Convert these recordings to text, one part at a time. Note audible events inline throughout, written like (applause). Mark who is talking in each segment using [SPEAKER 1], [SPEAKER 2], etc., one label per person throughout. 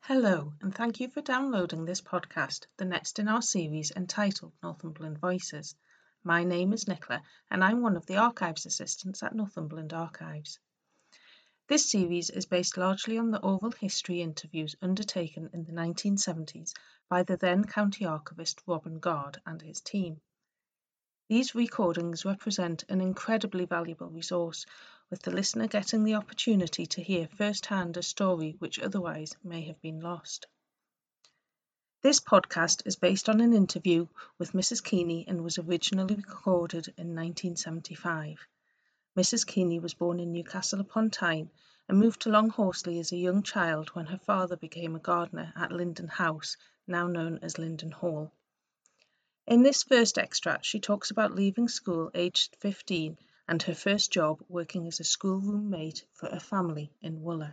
[SPEAKER 1] Hello, and thank you for downloading this podcast, the next in our series entitled Northumberland Voices. My name is Nicola, and I'm one of the Archives Assistants at Northumberland Archives. This series is based largely on the oral history interviews undertaken in the 1970s by the then County Archivist Robin Guard and his team. These recordings represent an incredibly valuable resource, with the listener getting the opportunity to hear firsthand a story which otherwise may have been lost. This podcast is based on an interview with Mrs. Keeney and was originally recorded in 1975. Mrs. Keeney was born in Newcastle upon Tyne and moved to Longhorsley as a young child when her father became a gardener at Linden House, now known as Linden Hall. In this first extract, she talks about leaving school aged 15 and her first job working as a schoolroom maid for a family in Wooler.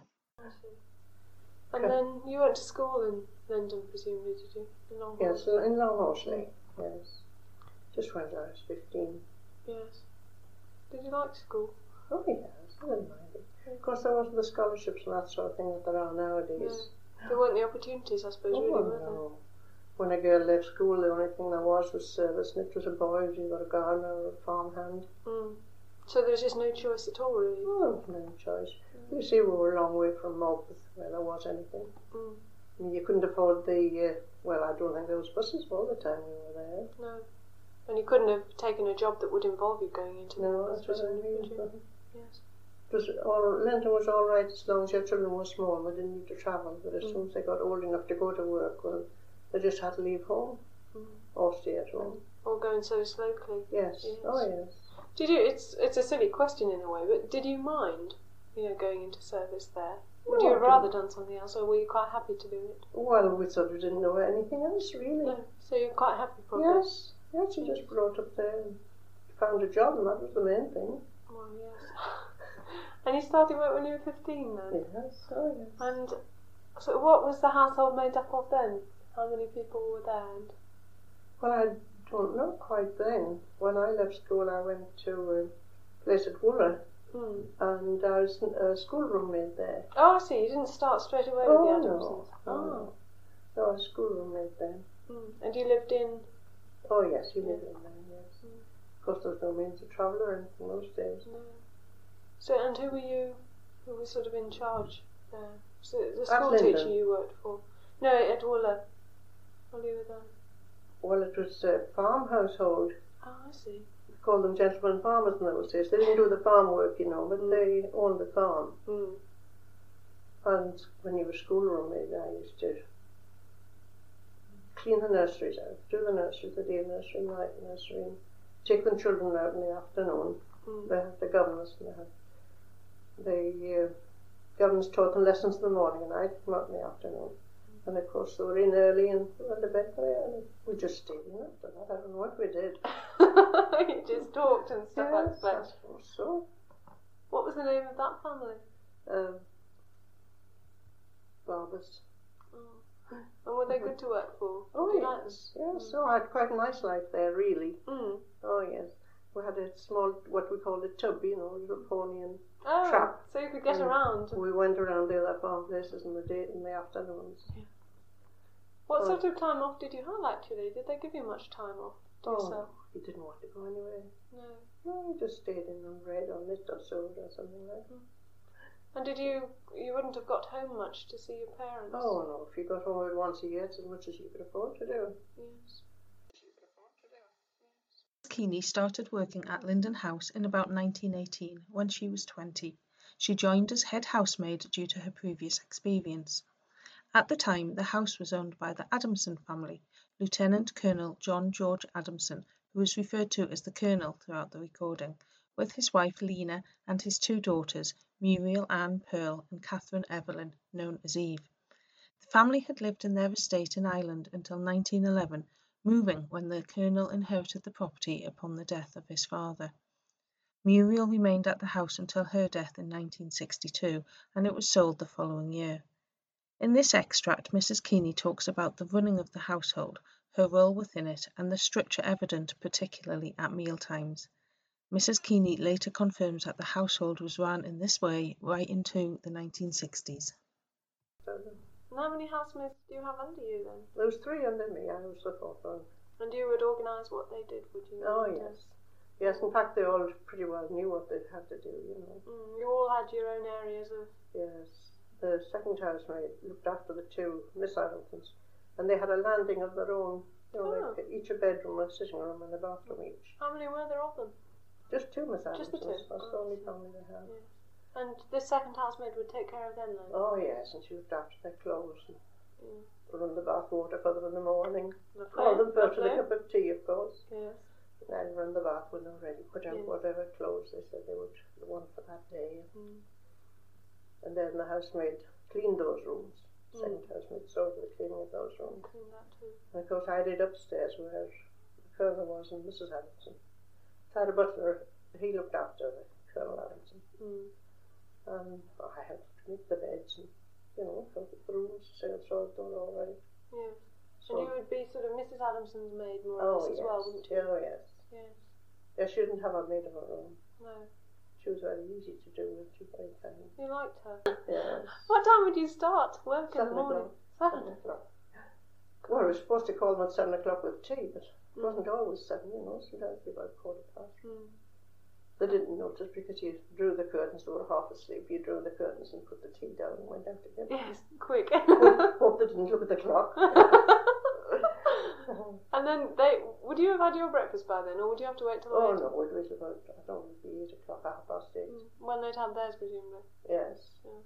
[SPEAKER 2] And then you went to school in London, presumably, did you? In Longhorn?
[SPEAKER 3] Yes, well, in Longhorsley, yes. Just when I was 15.
[SPEAKER 2] Yes. Did you like school?
[SPEAKER 3] Oh, yes, I didn't mind it. Of course, there wasn't the scholarships and that sort of thing that there are nowadays.
[SPEAKER 2] There weren't the opportunities, I suppose,
[SPEAKER 3] Oh,
[SPEAKER 2] really, were there?
[SPEAKER 3] no. When a girl left school, the only thing there was was service, and if it was a boy, it was either a gardener or a farmhand.
[SPEAKER 2] Mm. So there was just no choice at all, really.
[SPEAKER 3] Oh, no choice. You see, we were a long way from Morpeth, where there was anything.
[SPEAKER 2] Mm.
[SPEAKER 3] I mean, You couldn't afford the, uh, well, I don't think there was buses all the time we were there.
[SPEAKER 2] No. And you couldn't have taken a job that would involve you going into
[SPEAKER 3] No,
[SPEAKER 2] business,
[SPEAKER 3] that was
[SPEAKER 2] presumably, could you?
[SPEAKER 3] unusual.
[SPEAKER 2] Yes.
[SPEAKER 3] It was all, Linton was all right as long as your children were small and they didn't need to travel. But as
[SPEAKER 2] Mm.
[SPEAKER 3] soon as they got old enough to go to work, well, they just had to leave home
[SPEAKER 2] Mm.
[SPEAKER 3] or stay at home.
[SPEAKER 2] All going so slowly.
[SPEAKER 3] Yes.
[SPEAKER 2] Yes.
[SPEAKER 3] Oh, yes.
[SPEAKER 2] Did you? It's it's a silly question in a way, but did you mind, you know, going into service there? Would
[SPEAKER 3] No,
[SPEAKER 2] you
[SPEAKER 3] I
[SPEAKER 2] have rather done something else, or were you quite happy to do it?
[SPEAKER 3] Oh, Well, we sort of didn't know anything else really.
[SPEAKER 2] No. So you're quite happy, probably.
[SPEAKER 3] Yes. Yes, you just brought up there and found a job, and that was the main thing.
[SPEAKER 2] Well, yes. and you started work when you were 15 then?
[SPEAKER 3] Yes. Oh, yes.
[SPEAKER 2] And so what was the household made up of then? How many people were there? And,
[SPEAKER 3] Well, I don't know quite then. When I left school, I went to a place at Wooler,
[SPEAKER 2] hmm.
[SPEAKER 3] and I was a schoolroom maid there.
[SPEAKER 2] Oh, I see. You didn't start straight away
[SPEAKER 3] Oh,
[SPEAKER 2] with the
[SPEAKER 3] no.
[SPEAKER 2] Adamses. Oh.
[SPEAKER 3] No, I was schoolroom maid then.
[SPEAKER 2] Hmm. And you lived in...
[SPEAKER 3] Oh yes, you live in there, yes. Of course there's no means of travel or anything those days.
[SPEAKER 2] No. So, and who were you, who was sort of in charge there? So the
[SPEAKER 3] At
[SPEAKER 2] school
[SPEAKER 3] Linden.
[SPEAKER 2] teacher you worked for? No, at Wooler. While you were there.
[SPEAKER 3] Well it was a farm household.
[SPEAKER 2] Oh, I see.
[SPEAKER 3] We called them gentlemen farmers in those days. They didn't do the farm work, you know, but they owned the farm.
[SPEAKER 2] Hmm.
[SPEAKER 3] And when you were schoolroom maid I used to clean the nurseries out, do the nursery, the day nursery, night nursery and take the children out in the afternoon.
[SPEAKER 2] Hmm. (laughs)
[SPEAKER 3] They had the governors and they had the uh, governors taught them lessons in the morning and I'd come out in the afternoon. And of course they were in early and they went to bed very early. We just stayed in after that. I don't know what we did.
[SPEAKER 2] you just talked and stuff like
[SPEAKER 3] I
[SPEAKER 2] that.
[SPEAKER 3] suppose so.
[SPEAKER 2] What was the name of that family?
[SPEAKER 3] Um, barbers.
[SPEAKER 2] Oh. And were they good to work for?
[SPEAKER 3] Oh
[SPEAKER 2] Did you like them?
[SPEAKER 3] yes, yes. So I had quite a nice life there really.
[SPEAKER 2] Mm.
[SPEAKER 3] Oh yes. We had a small, what we called a tub, you know, a little pony and
[SPEAKER 2] Oh,
[SPEAKER 3] Trap.
[SPEAKER 2] so you could get
[SPEAKER 3] Mm.
[SPEAKER 2] around.
[SPEAKER 3] we went around the other farm places in the day, in the afternoons.
[SPEAKER 2] What
[SPEAKER 3] Oh.
[SPEAKER 2] sort of time off did you have actually? Did they give you much time off to yourself?
[SPEAKER 3] he Oh, didn't want to go anywhere.
[SPEAKER 2] No.
[SPEAKER 3] No, he just stayed in and read or knit or sewed or something like that.
[SPEAKER 2] And did you, you wouldn't have got home much to see your parents?
[SPEAKER 3] Oh no, if you got home once a year, it's as much as you could afford to do.
[SPEAKER 2] Yes.
[SPEAKER 1] Keeney started working at Linden House in about 1918 when she was 20. She joined as head housemaid due to her previous experience. At the time, the house was owned by the Adamson family, Lieutenant Colonel John George Adamson, who is referred to as the Colonel throughout the recording, with his wife Lena and his two daughters, Muriel Ann Pearl and Catherine Evelyn, known as Eve. The family had lived in their estate in Ireland until 1911 moving when the colonel inherited the property upon the death of his father. Muriel remained at the house until her death in 1962 and it was sold the following year. In this extract, Mrs. Keeney talks about the running of the household, her role within it, and the structure evident, particularly at mealtimes. Mrs. Keeney later confirms that the household was run in this way right into the 1960s.
[SPEAKER 3] So,
[SPEAKER 2] And how many housemates do you have under you then?
[SPEAKER 3] There was three under me. I was the fourth one.
[SPEAKER 2] And you would organise what they did, would you?
[SPEAKER 3] Oh yes, yes. In fact, they all pretty well knew what they had to do. You know.
[SPEAKER 2] Mm, you all had your own areas of.
[SPEAKER 3] Yes. The second housemaid looked after the two Miss Adamsons, and they had a landing of their own. You know,
[SPEAKER 2] Oh.
[SPEAKER 3] like each a bedroom, a sitting room, and a bathroom each.
[SPEAKER 2] How many were there of them?
[SPEAKER 3] Just two Miss
[SPEAKER 2] Just the two?
[SPEAKER 3] Adamsons. That's the
[SPEAKER 2] Oh,
[SPEAKER 3] only
[SPEAKER 2] I see.
[SPEAKER 3] family they had.
[SPEAKER 2] And this second housemaid would take care of them then?
[SPEAKER 3] Oh yes, and she looked after their clothes and
[SPEAKER 2] Mm.
[SPEAKER 3] run the bath water for them in the morning.
[SPEAKER 2] Lovely,
[SPEAKER 3] Call them first with a
[SPEAKER 2] lovely.
[SPEAKER 3] cup of tea, of course.
[SPEAKER 2] Yes.
[SPEAKER 3] Then run the bath when they're ready, put out
[SPEAKER 2] Yes.
[SPEAKER 3] whatever clothes they said they would want for that day.
[SPEAKER 2] Mm.
[SPEAKER 3] And then the housemaid cleaned those rooms. Second
[SPEAKER 2] Mm.
[SPEAKER 3] housemaid saw to the cleaning of those
[SPEAKER 2] And
[SPEAKER 3] rooms.
[SPEAKER 2] clean that too.
[SPEAKER 3] And of course I did upstairs where the Colonel was and Mrs. Adamson. Tara Butler, he looked after the Colonel Adamson.
[SPEAKER 2] Mm.
[SPEAKER 3] And I helped make the beds and, you know, fill the rooms, so it's all done all right.
[SPEAKER 2] Yes.
[SPEAKER 3] So,
[SPEAKER 2] And you would be sort of Mrs. Adamson's maid more or
[SPEAKER 3] oh,
[SPEAKER 2] less
[SPEAKER 3] yes.
[SPEAKER 2] as well, wouldn't you?
[SPEAKER 3] Oh, yes.
[SPEAKER 2] Yes.
[SPEAKER 3] Yeah, she didn't have a maid of her own.
[SPEAKER 2] No.
[SPEAKER 3] She was very easy to do with, she was very kind.
[SPEAKER 2] You liked her.
[SPEAKER 3] Yes.
[SPEAKER 2] What time would you start work in
[SPEAKER 3] Seven
[SPEAKER 2] the morning?
[SPEAKER 3] o'clock.
[SPEAKER 2] Seven.
[SPEAKER 3] Seven o'clock. Well, we were supposed to call them at seven o'clock with tea, but it
[SPEAKER 2] Mm.
[SPEAKER 3] wasn't always seven, you know, sometimes it'd be about quarter past.
[SPEAKER 2] Mm.
[SPEAKER 3] They didn't notice because you drew the curtains, they were half asleep, you drew the curtains and put the tea down and went
[SPEAKER 2] (laughs)
[SPEAKER 3] out again.
[SPEAKER 2] Yes, quick.
[SPEAKER 3] (laughs) hope, hope they didn't look at the
[SPEAKER 2] (laughs)
[SPEAKER 3] clock. oh
[SPEAKER 2] and then they would you have had your breakfast by then, or would you have to wait till later?
[SPEAKER 3] Oh, no, it was about, I don't know, it'd be eight o'clock, half past eight.
[SPEAKER 2] Mm. When they'd had theirs, presumably.
[SPEAKER 3] Yes.
[SPEAKER 2] Yeah.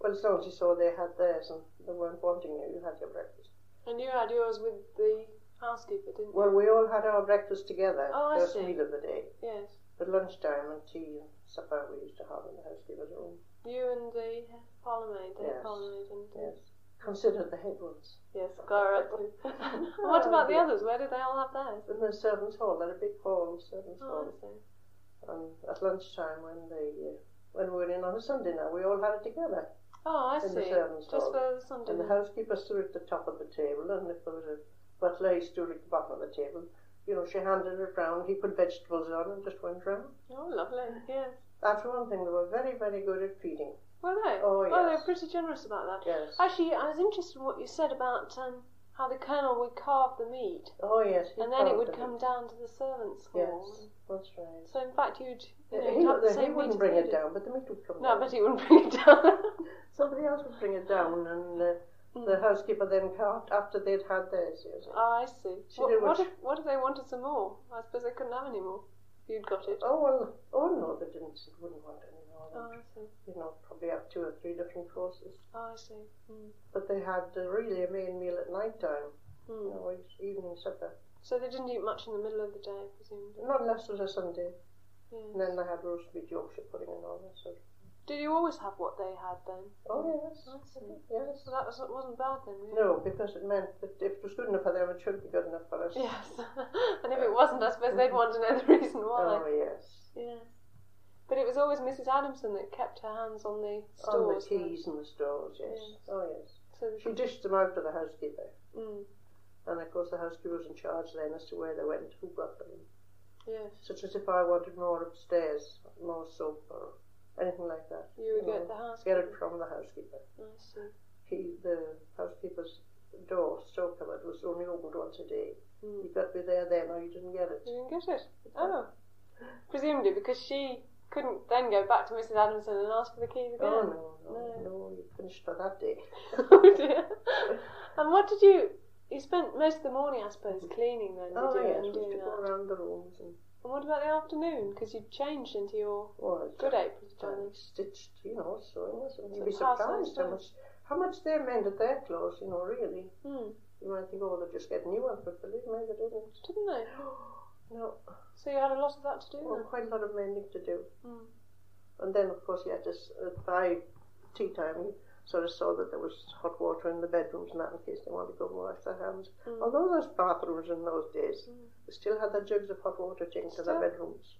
[SPEAKER 3] Well, as long as you saw they had theirs and they weren't wanting you, you had your breakfast.
[SPEAKER 2] And you had yours with the housekeeper, didn't you?
[SPEAKER 3] Well, we all had our breakfast together,
[SPEAKER 2] Oh, I
[SPEAKER 3] first
[SPEAKER 2] see.
[SPEAKER 3] meal of the day.
[SPEAKER 2] yes.
[SPEAKER 3] At lunchtime and tea and supper we used to have in the housekeeper's room.
[SPEAKER 2] You and the parlourmaid, the
[SPEAKER 3] Yes.
[SPEAKER 2] parlourmaid and
[SPEAKER 3] Yes. Considered the head ones.
[SPEAKER 2] yes, Clara.
[SPEAKER 3] (laughs)
[SPEAKER 2] (laughs) what about the others? Where did they all have theirs?
[SPEAKER 3] In the servants' hall, they had a big hall, servants'
[SPEAKER 2] Oh,
[SPEAKER 3] hall.
[SPEAKER 2] I see.
[SPEAKER 3] And at lunchtime when the uh, when we were in on a Sunday now, we all had it together.
[SPEAKER 2] Oh, I
[SPEAKER 3] In the
[SPEAKER 2] see.
[SPEAKER 3] servants'
[SPEAKER 2] Just
[SPEAKER 3] hall.
[SPEAKER 2] for the Sunday.
[SPEAKER 3] And the housekeeper stood at the top of the table and if there was a butler he stood at the bottom of the table. You know, she handed it round, he put vegetables on and just went round.
[SPEAKER 2] Oh, lovely. Yes.
[SPEAKER 3] That's one thing, they were very, very good at feeding.
[SPEAKER 2] Were they?
[SPEAKER 3] Oh,
[SPEAKER 2] Well, they were
[SPEAKER 3] yes.
[SPEAKER 2] pretty generous about that.
[SPEAKER 3] Yes.
[SPEAKER 2] Actually, I was interested in what you said about um, how the colonel would carve the meat,
[SPEAKER 3] Oh yes. he
[SPEAKER 2] and then it
[SPEAKER 3] found
[SPEAKER 2] would
[SPEAKER 3] them.
[SPEAKER 2] come down to the servants' hall.
[SPEAKER 3] Yes, that's right.
[SPEAKER 2] So in fact, you'd you know,
[SPEAKER 3] he,
[SPEAKER 2] you'd have the
[SPEAKER 3] he
[SPEAKER 2] same meat
[SPEAKER 3] wouldn't
[SPEAKER 2] as
[SPEAKER 3] bring
[SPEAKER 2] they
[SPEAKER 3] it
[SPEAKER 2] did.
[SPEAKER 3] down, but the meat would come
[SPEAKER 2] No,
[SPEAKER 3] down.
[SPEAKER 2] I bet he wouldn't bring it down.
[SPEAKER 3] Somebody else would bring it down, and uh, (laughs) the housekeeper then carved after they'd had theirs. Yes.
[SPEAKER 2] (laughs) oh, I see.
[SPEAKER 3] She
[SPEAKER 2] What,
[SPEAKER 3] did
[SPEAKER 2] what,
[SPEAKER 3] what
[SPEAKER 2] if, what if they wanted some more? I suppose they couldn't have any more. if You'd got it.
[SPEAKER 3] Oh well, oh no, they didn't. They wouldn't want any more.
[SPEAKER 2] Oh, I
[SPEAKER 3] They'd,
[SPEAKER 2] see.
[SPEAKER 3] You know, probably have two or three different courses.
[SPEAKER 2] Oh, I see. Mm.
[SPEAKER 3] But they had uh, really a main meal at night time, you
[SPEAKER 2] Mm.
[SPEAKER 3] know, each evening supper.
[SPEAKER 2] So they didn't eat much in the middle of the day, presumably.
[SPEAKER 3] Not unless it was a Sunday. And
[SPEAKER 2] Yeah.
[SPEAKER 3] then they had roast beef, Yorkshire pudding, and all that sort. of-
[SPEAKER 2] Did you always have what they had then?
[SPEAKER 3] Oh yes,
[SPEAKER 2] I see.
[SPEAKER 3] yes.
[SPEAKER 2] So that was, wasn't bad then, really.
[SPEAKER 3] No, because it meant that if it was good enough for them, it should be good enough for us.
[SPEAKER 2] Yes. (laughs) and if it wasn't, I suppose they'd want to know the reason why.
[SPEAKER 3] Oh yes.
[SPEAKER 2] Yes. But it was always Mrs. Adamson that kept her hands on the
[SPEAKER 3] On the
[SPEAKER 2] stores.
[SPEAKER 3] keys and the stores, yes.
[SPEAKER 2] Yes.
[SPEAKER 3] Oh yes.
[SPEAKER 2] So that
[SPEAKER 3] She
[SPEAKER 2] she,
[SPEAKER 3] dished them out to the housekeeper,
[SPEAKER 2] mm,
[SPEAKER 3] and of course the housekeeper was in charge then as to where they went, who got them.
[SPEAKER 2] yes.
[SPEAKER 3] Such as if I wanted more upstairs, more soap or anything like that.
[SPEAKER 2] You would
[SPEAKER 3] know,
[SPEAKER 2] get the house.
[SPEAKER 3] Get it from the housekeeper.
[SPEAKER 2] I see.
[SPEAKER 3] He, the housekeeper's door, store cupboard, was only opened once a day.
[SPEAKER 2] Mm.
[SPEAKER 3] You got me there then, or you didn't get it.
[SPEAKER 2] You didn't get it. Oh. Presumably because she couldn't then go back to Mrs. Adamson and ask for the keys again.
[SPEAKER 3] Oh no,
[SPEAKER 2] No.
[SPEAKER 3] no, no, you finished for that day.
[SPEAKER 2] (laughs) Oh, dear. and what did you. You spent most of the morning, I suppose, cleaning then, did
[SPEAKER 3] Oh
[SPEAKER 2] you?
[SPEAKER 3] yes,
[SPEAKER 2] and
[SPEAKER 3] we used to
[SPEAKER 2] doing
[SPEAKER 3] go
[SPEAKER 2] that.
[SPEAKER 3] around the rooms and
[SPEAKER 2] And what about the afternoon? Because you changed into your
[SPEAKER 3] well,
[SPEAKER 2] good aprons, Johnny.
[SPEAKER 3] and stitched, you know, so it
[SPEAKER 2] So
[SPEAKER 3] You'd be
[SPEAKER 2] it's half
[SPEAKER 3] surprised how
[SPEAKER 2] size.
[SPEAKER 3] much how much they mended their clothes, you know, really.
[SPEAKER 2] Hmm.
[SPEAKER 3] You might think, oh, they'll just get new ones, but believe me, they didn't.
[SPEAKER 2] Didn't they?
[SPEAKER 3] No,
[SPEAKER 2] So you had a lot of that to do
[SPEAKER 3] well, quite a lot of mending to do.
[SPEAKER 2] then? Mm.
[SPEAKER 3] And then, of course, you had to, s- uh, by tea time, you sort of saw that there was hot water in the bedrooms and that in case they wanted to go and wash their hands.
[SPEAKER 2] Mm.
[SPEAKER 3] Although those bathrooms in those days
[SPEAKER 2] Mm.
[SPEAKER 3] they still had their jugs of hot water taken to
[SPEAKER 2] Still?
[SPEAKER 3] their bedrooms.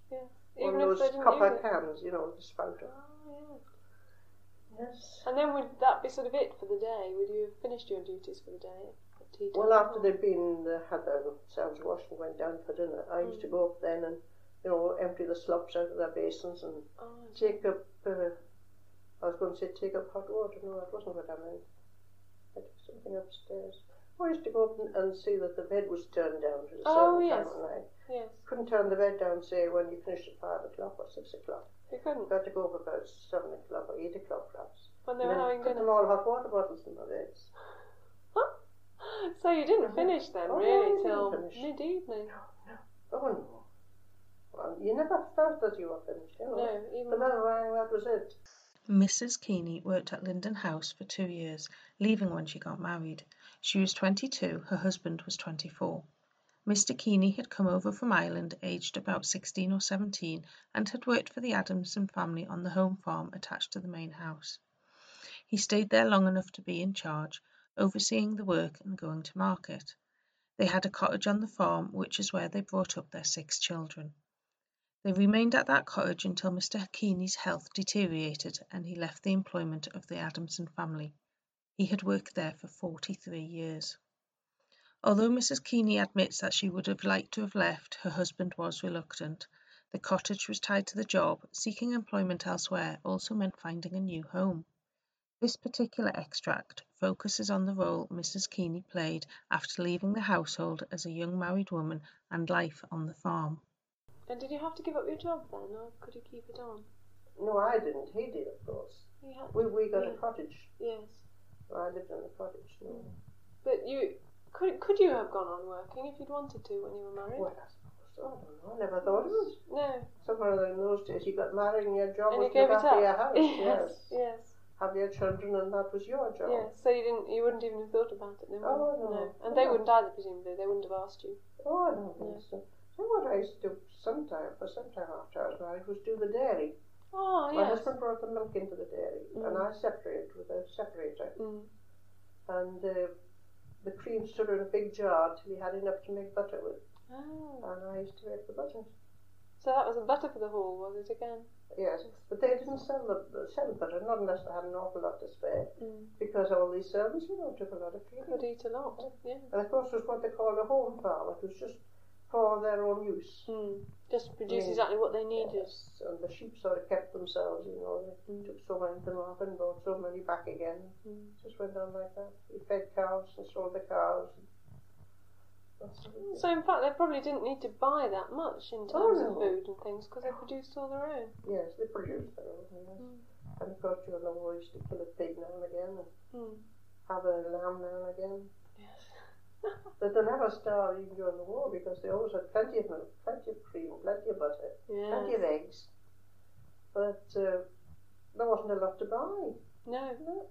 [SPEAKER 2] Even
[SPEAKER 3] on
[SPEAKER 2] if
[SPEAKER 3] those
[SPEAKER 2] they didn't
[SPEAKER 3] copper
[SPEAKER 2] use it.
[SPEAKER 3] cans, you know, with the spout
[SPEAKER 2] Oh,
[SPEAKER 3] on.
[SPEAKER 2] yeah.
[SPEAKER 3] Yes.
[SPEAKER 2] And then would that be sort of it for the day? Would you have finished your duties for the day? at tea time?
[SPEAKER 3] Well, after they'd been uh, had themselves washed and went down for dinner, I used
[SPEAKER 2] Mm.
[SPEAKER 3] to go up then and you know empty the slops out of their basins and
[SPEAKER 2] Oh, I see.
[SPEAKER 3] take up. Uh, I was going to say take up hot water. No, that wasn't what I meant. I took something upstairs. I used to go up and, and see that the bed was turned down to the
[SPEAKER 2] Oh,
[SPEAKER 3] certain
[SPEAKER 2] yes.
[SPEAKER 3] time at night.
[SPEAKER 2] Yes.
[SPEAKER 3] Couldn't turn the bed down, say, when you finished at 5 o'clock or 6 o'clock.
[SPEAKER 2] You couldn't.
[SPEAKER 3] Got to go up about 7 o'clock or 8 o'clock perhaps.
[SPEAKER 2] When they were
[SPEAKER 3] And then
[SPEAKER 2] having
[SPEAKER 3] put them
[SPEAKER 2] dinner.
[SPEAKER 3] all hot water bottles in the beds.
[SPEAKER 2] (gasps) So you didn't
[SPEAKER 3] Mhm.
[SPEAKER 2] finish then,
[SPEAKER 3] Oh, no,
[SPEAKER 2] really,
[SPEAKER 3] we didn't
[SPEAKER 2] till
[SPEAKER 3] finish.
[SPEAKER 2] mid evening.
[SPEAKER 3] Oh, no. Well, you never felt that you were finished, you know.
[SPEAKER 2] No,
[SPEAKER 3] The
[SPEAKER 2] even.
[SPEAKER 3] bell rang, that was it.
[SPEAKER 1] Mrs. Keeney worked at Linden House for two years, leaving when she got married. She was 22, her husband was 24. Mr. Keeney had come over from Ireland aged about 16 or 17 and had worked for the Adamson family on the home farm attached to the main house. He stayed there long enough to be in charge, overseeing the work and going to market. They had a cottage on the farm, which is where they brought up their six children. They remained at that cottage until Mr. Keeney's health deteriorated and he left the employment of the Adamson family. He had worked there for 43 years. Although Mrs. Keeney admits that she would have liked to have left, her husband was reluctant. The cottage was tied to the job. Seeking employment elsewhere also meant finding a new home. This particular extract focuses on the role Mrs. Keeney played after leaving the household as a young married woman and life on the farm.
[SPEAKER 2] And did you have to give up your job then, or could you keep it on?
[SPEAKER 3] No, I didn't. He did, of course.
[SPEAKER 2] You had
[SPEAKER 3] We, we got
[SPEAKER 2] Yeah.
[SPEAKER 3] a cottage.
[SPEAKER 2] Yes.
[SPEAKER 3] I lived in the cottage. No.
[SPEAKER 2] But you could could you have gone on working if you'd wanted to when you were married?
[SPEAKER 3] Well, I suppose so. I don't know. I never thought of it.
[SPEAKER 2] No.
[SPEAKER 3] Somewhere in those days, you got married and your job
[SPEAKER 2] and you
[SPEAKER 3] was
[SPEAKER 2] gave
[SPEAKER 3] to
[SPEAKER 2] it
[SPEAKER 3] look
[SPEAKER 2] up.
[SPEAKER 3] after your
[SPEAKER 2] (laughs)
[SPEAKER 3] house.
[SPEAKER 2] yes. Yes.
[SPEAKER 3] Have your children, and that was your job.
[SPEAKER 2] Yes. So you didn't. You wouldn't even have thought about it. Then, would
[SPEAKER 3] Oh,
[SPEAKER 2] you?
[SPEAKER 3] no.
[SPEAKER 2] And they
[SPEAKER 3] No.
[SPEAKER 2] wouldn't either, presumably. They wouldn't have asked you.
[SPEAKER 3] Oh, I don't think so. So what I used to do sometime, for some time after I was married, was do the dairy.
[SPEAKER 2] Oh
[SPEAKER 3] My
[SPEAKER 2] yes.
[SPEAKER 3] husband brought the milk into the dairy, and
[SPEAKER 2] Mm.
[SPEAKER 3] I separated with a separator.
[SPEAKER 2] Mm.
[SPEAKER 3] And uh, the cream stood in a big jar till he had enough to make butter with.
[SPEAKER 2] Oh.
[SPEAKER 3] And I used to make the butter.
[SPEAKER 2] So that was a butter for the hall, was it again?
[SPEAKER 3] Yes, but they didn't sell the sell butter, not unless they had an awful lot to spare,
[SPEAKER 2] Mm.
[SPEAKER 3] because all these servants, you know, took a lot of
[SPEAKER 2] Could
[SPEAKER 3] people.
[SPEAKER 2] eat a lot. Yeah.
[SPEAKER 3] And of course, it was what they called a home farm. It was just for their own use.
[SPEAKER 2] Mm. Just produce
[SPEAKER 3] Yeah.
[SPEAKER 2] exactly what they needed.
[SPEAKER 3] Yes, and the sheep sort of kept themselves, you know. They
[SPEAKER 2] Mm.
[SPEAKER 3] took so many of them off and brought so many back again.
[SPEAKER 2] Mm.
[SPEAKER 3] It just went on like that. We fed cows and sold the cows. That's what we did.
[SPEAKER 2] So in fact, they probably didn't need to buy that much in terms of
[SPEAKER 3] Oh, no.
[SPEAKER 2] food and things because they produced all their own.
[SPEAKER 3] Yes, they produced their own. Yes.
[SPEAKER 2] Mm.
[SPEAKER 3] And of course, you know, we used to kill a pig now and again, and
[SPEAKER 2] Mm.
[SPEAKER 3] have a lamb now and again.
[SPEAKER 2] Yes.
[SPEAKER 3] But they never starved even during the war because they always had plenty of milk, plenty of cream, plenty of butter, plenty
[SPEAKER 2] Yeah.
[SPEAKER 3] of eggs. But uh, there wasn't a lot to buy.
[SPEAKER 2] No.
[SPEAKER 3] No.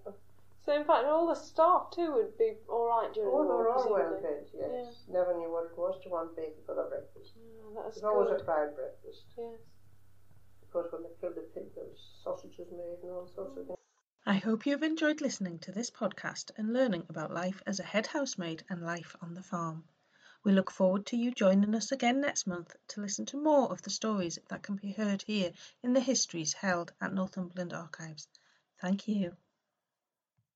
[SPEAKER 2] So in fact, all the staff too would be all right during
[SPEAKER 3] All
[SPEAKER 2] the war.
[SPEAKER 3] were all well
[SPEAKER 2] presumably.
[SPEAKER 3] fed, yes. Never knew what it was to want bacon for their breakfast.
[SPEAKER 2] Yeah, that's
[SPEAKER 3] It was always
[SPEAKER 2] good.
[SPEAKER 3] a pride breakfast.
[SPEAKER 2] Yes.
[SPEAKER 3] Of course, when they killed the pig, there was sausages made and all sorts of things.
[SPEAKER 1] I hope you have enjoyed listening to this podcast and learning about life as a head housemaid and life on the farm. We look forward to you joining us again next month to listen to more of the stories that can be heard here in the histories held at Northumberland Archives. Thank you.